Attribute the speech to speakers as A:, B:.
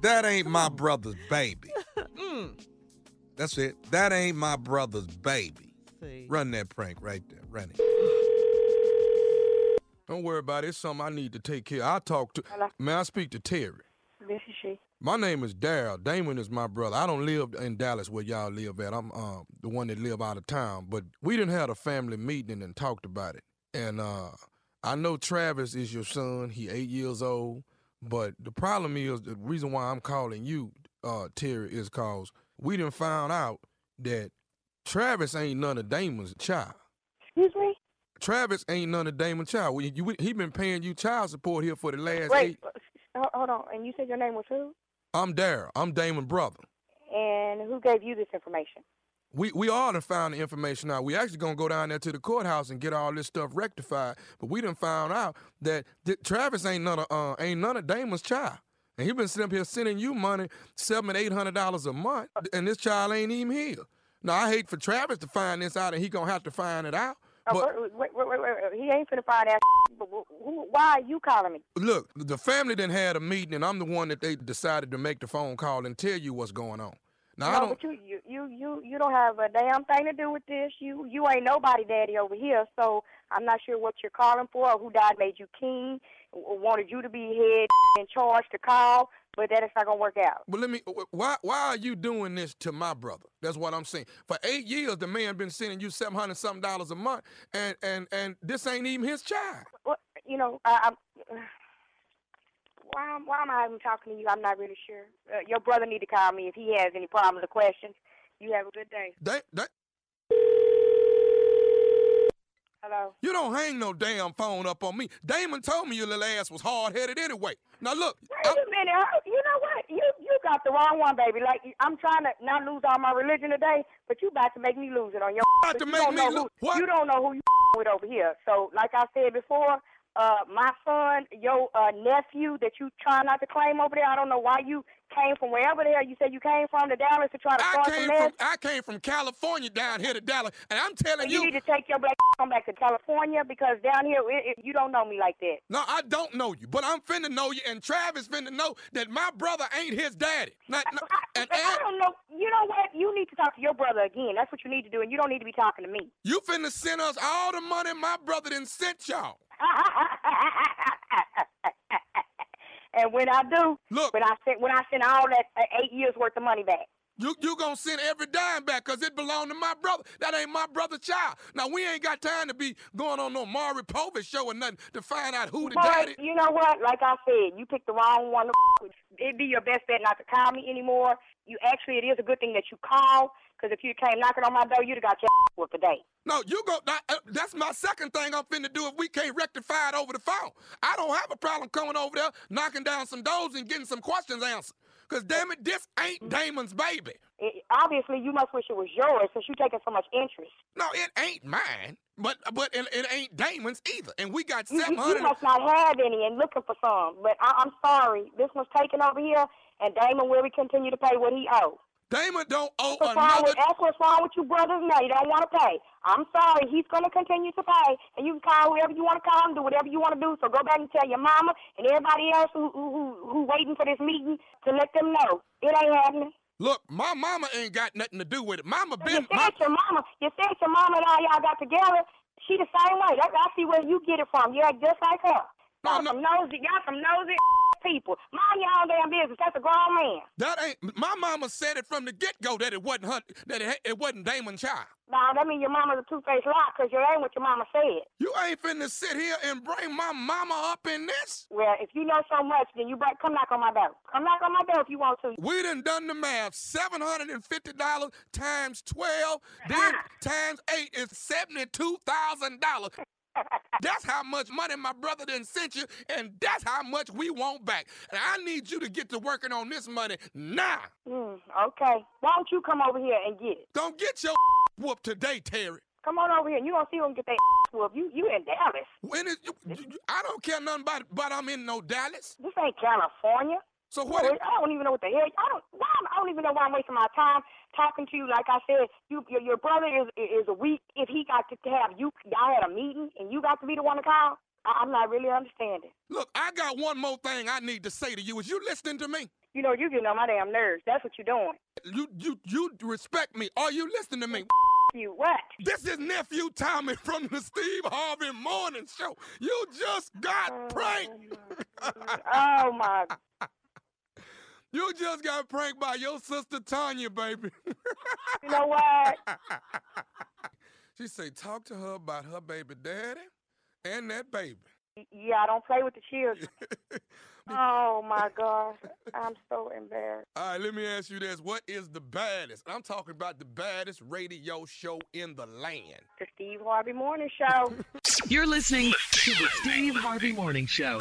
A: That ain't my brother's baby. That's it. That ain't my brother's baby.
B: See.
A: Run that prank right there. Run it. Don't worry about it. It's something I need to take care. I talk to.
C: Hello?
A: May I speak to Terry?
C: This is she.
A: My name is Daryl. Damon is my brother. I don't live in Dallas where y'all live at. I'm uh, the one that live out of town. But we didn't had a family meeting and talked about it. And uh, I know Travis is your son. He eight years old. But the problem is the reason why I'm calling you, uh, Terry, is cause we didn't found out that Travis ain't none of Damon's child.
C: Excuse me?
A: Travis ain't none of Damon's child. We- you- he been paying you child support here for the last
C: Wait,
A: eight.
C: uh, ho- hold on. And you said your name was who?
A: I'm Daryl. I'm Damon's brother.
C: And who gave you this information?
A: We we all done found the information out. We actually gonna go down there to the courthouse and get all this stuff rectified. But we done found out that th- Travis ain't none of uh, ain't none of Damon's child, and he been sitting up here sending you money seven eight hundred dollars a month, and this child ain't even here. Now I hate for Travis to find this out, and he gonna have to find it out.
C: Oh,
A: But
C: wait, wait, wait, wait, wait. He ain't finna find out. But wh- who, why are you calling me?
A: look, the family then had a meeting, and I'm the one that they decided to make the phone call and tell you what's going on. Now I
C: no,
A: don't.
C: but you, you, you, you, you don't have a damn thing to do with this. You, you ain't nobody daddy over here. So I'm not sure what you're calling for or who died made you king, w- wanted you to be head in charge to call. But that is not gonna work out.
A: But let me. wh- Why why are you doing this to my brother? That's what I'm saying. For eight years, the man been sending you seven hundred something dollars a month, and and and this ain't even his child.
C: Well, you know, I, I'm. Why, am- why am I even talking to you? I'm not really sure. Uh, your brother need to call me if he has any problems or questions. You have a good day.
A: They, they,
C: Hello.
A: you don't hang no damn phone up on me. Damon told me your little ass was hard headed anyway. Now look,
C: Wait
A: I'm,
C: a minute. huh? You know what? You you got the wrong one, baby. Like I'm trying to not lose all my religion today, but you about to make me lose it on your.
A: about to
C: you
A: make
C: don't
A: me
C: know
A: lo-
C: who-
A: what?
C: You don't know who you with over here. So, like I said before, uh, my son, your uh, nephew that you trying not to claim over there. I don't know why you came from wherever the hell you said you came from to Dallas to try to
A: I
C: start
A: came
C: some mess.
A: from I came from California down here to Dallas, and I'm telling
C: you
A: you,
C: need to take your black come back to California because down here it, it, you don't know me like that.
A: no, I don't know you, but I'm finna know you, and Travis finna know that my brother ain't his daddy. Now, now,
C: I,
A: and,
C: I
A: and
C: don't know. You know what? You need to talk to your brother again. That's what you need to do, and you don't need to be talking to me.
A: You finna send us all the money my brother done sent y'all.
C: and when I do,
A: Look.
C: when I send when I send all that uh, eight years worth of money back.
A: You you gonna send every dime back because it belonged to my brother. That ain't my brother's child. Now we ain't got time to be going on no Maury Povich show or nothing to find out who the daddy.
C: Boy, you know what? Like I said, you picked the wrong one. To with. It'd be your best bet not to call me anymore. You actually, it is a good thing that you called, because if you came knocking on my door, you'd have got your whooped today.
A: No, you go. that- uh, that's my second thing I'm finna do if we can't rectify it over the phone. I don't have a problem coming over there, knocking down some doors and getting some questions answered. Cause damn it, this ain't Damon's baby.
C: It, obviously, you must wish it was yours since you're taking so much interest.
A: No, it ain't mine. But but it, it ain't Damon's either. And we got
C: You,
A: seven
C: you- you
A: hundred.
C: must not have any and looking for some. But I, I'm sorry, this was taken over here, and Damon will continue to pay what he owes.
A: Damon don't owe
C: What's wrong
A: another
C: with, that's what's wrong with you brothers now. You don't want to pay. I'm sorry. He's going to continue to pay. And you can call whoever you want to call him, do whatever you want to do. So go back and tell your mama and everybody else who, who, who, who waiting for this meeting to let them know. It ain't happening.
A: Look, my mama ain't got nothing to do with it. Mama
C: You
A: been my,
C: said your mama, you said your mama and all y'all got together. She the same way. That, I see where you get it from. You act just like her.
A: No,
C: Y'all
A: no.
C: some nosy, y'all some nosy people. Mind your own damn business. That's a grown man.
A: that ain't my mama said it from the get go that it wasn't her that it, it wasn't Damon Child.
C: Now that means your mama's a two faced lie because you ain't what your mama said.
A: You ain't finna sit here and bring my mama up in this.
C: Well, if you know so much, then you better come knock on my door. Come knock on my door if you want to.
A: We done done the math. Seven hundred and fifty dollars times twelve, then times eight is seventy-two thousand dollars. That's how much money my brother done sent you, and that's how much we want back. And I need you to get to working on this money now.
C: Mm, okay. Why don't you come over here and get it?
A: Don't get your whooped today, Terry.
C: Come on over here and you gonna see them get their whooped. You you in Dallas.
A: When is you, you- you- I don't care nothing about but I'm in no Dallas.
C: This ain't California.
A: So
C: I
A: what?
C: don't- I don't even know what the hell. I don't. Why? am- I don't even know why I'm wasting my time talking to you. Like I said, you your, your brother is is a weak. If he got to have you, y'all had a meeting and you got to be the one to call. I- I'm not really understanding.
A: Look, I got one more thing I need to say to you. Is you listening to me?
C: You know, you getting on my damn nerves. That's what you're doing.
A: You you you respect me. Are you listening to me?
C: You what?
A: This is nephew Tommy from the Steve Harvey Morning Show. You just got pranked.
C: Oh my.
A: You just got pranked by your sister Tanya, baby.
C: You know what?
A: she say talk to her about her baby daddy and that baby.
C: Yeah, I don't play with the children. Oh my gosh, I'm so embarrassed.
A: All right, let me ask you this. What is the baddest? I'm talking about the baddest radio show in the land.
C: The Steve Harvey Morning Show.
B: You're listening to the Steve Harvey Morning Show.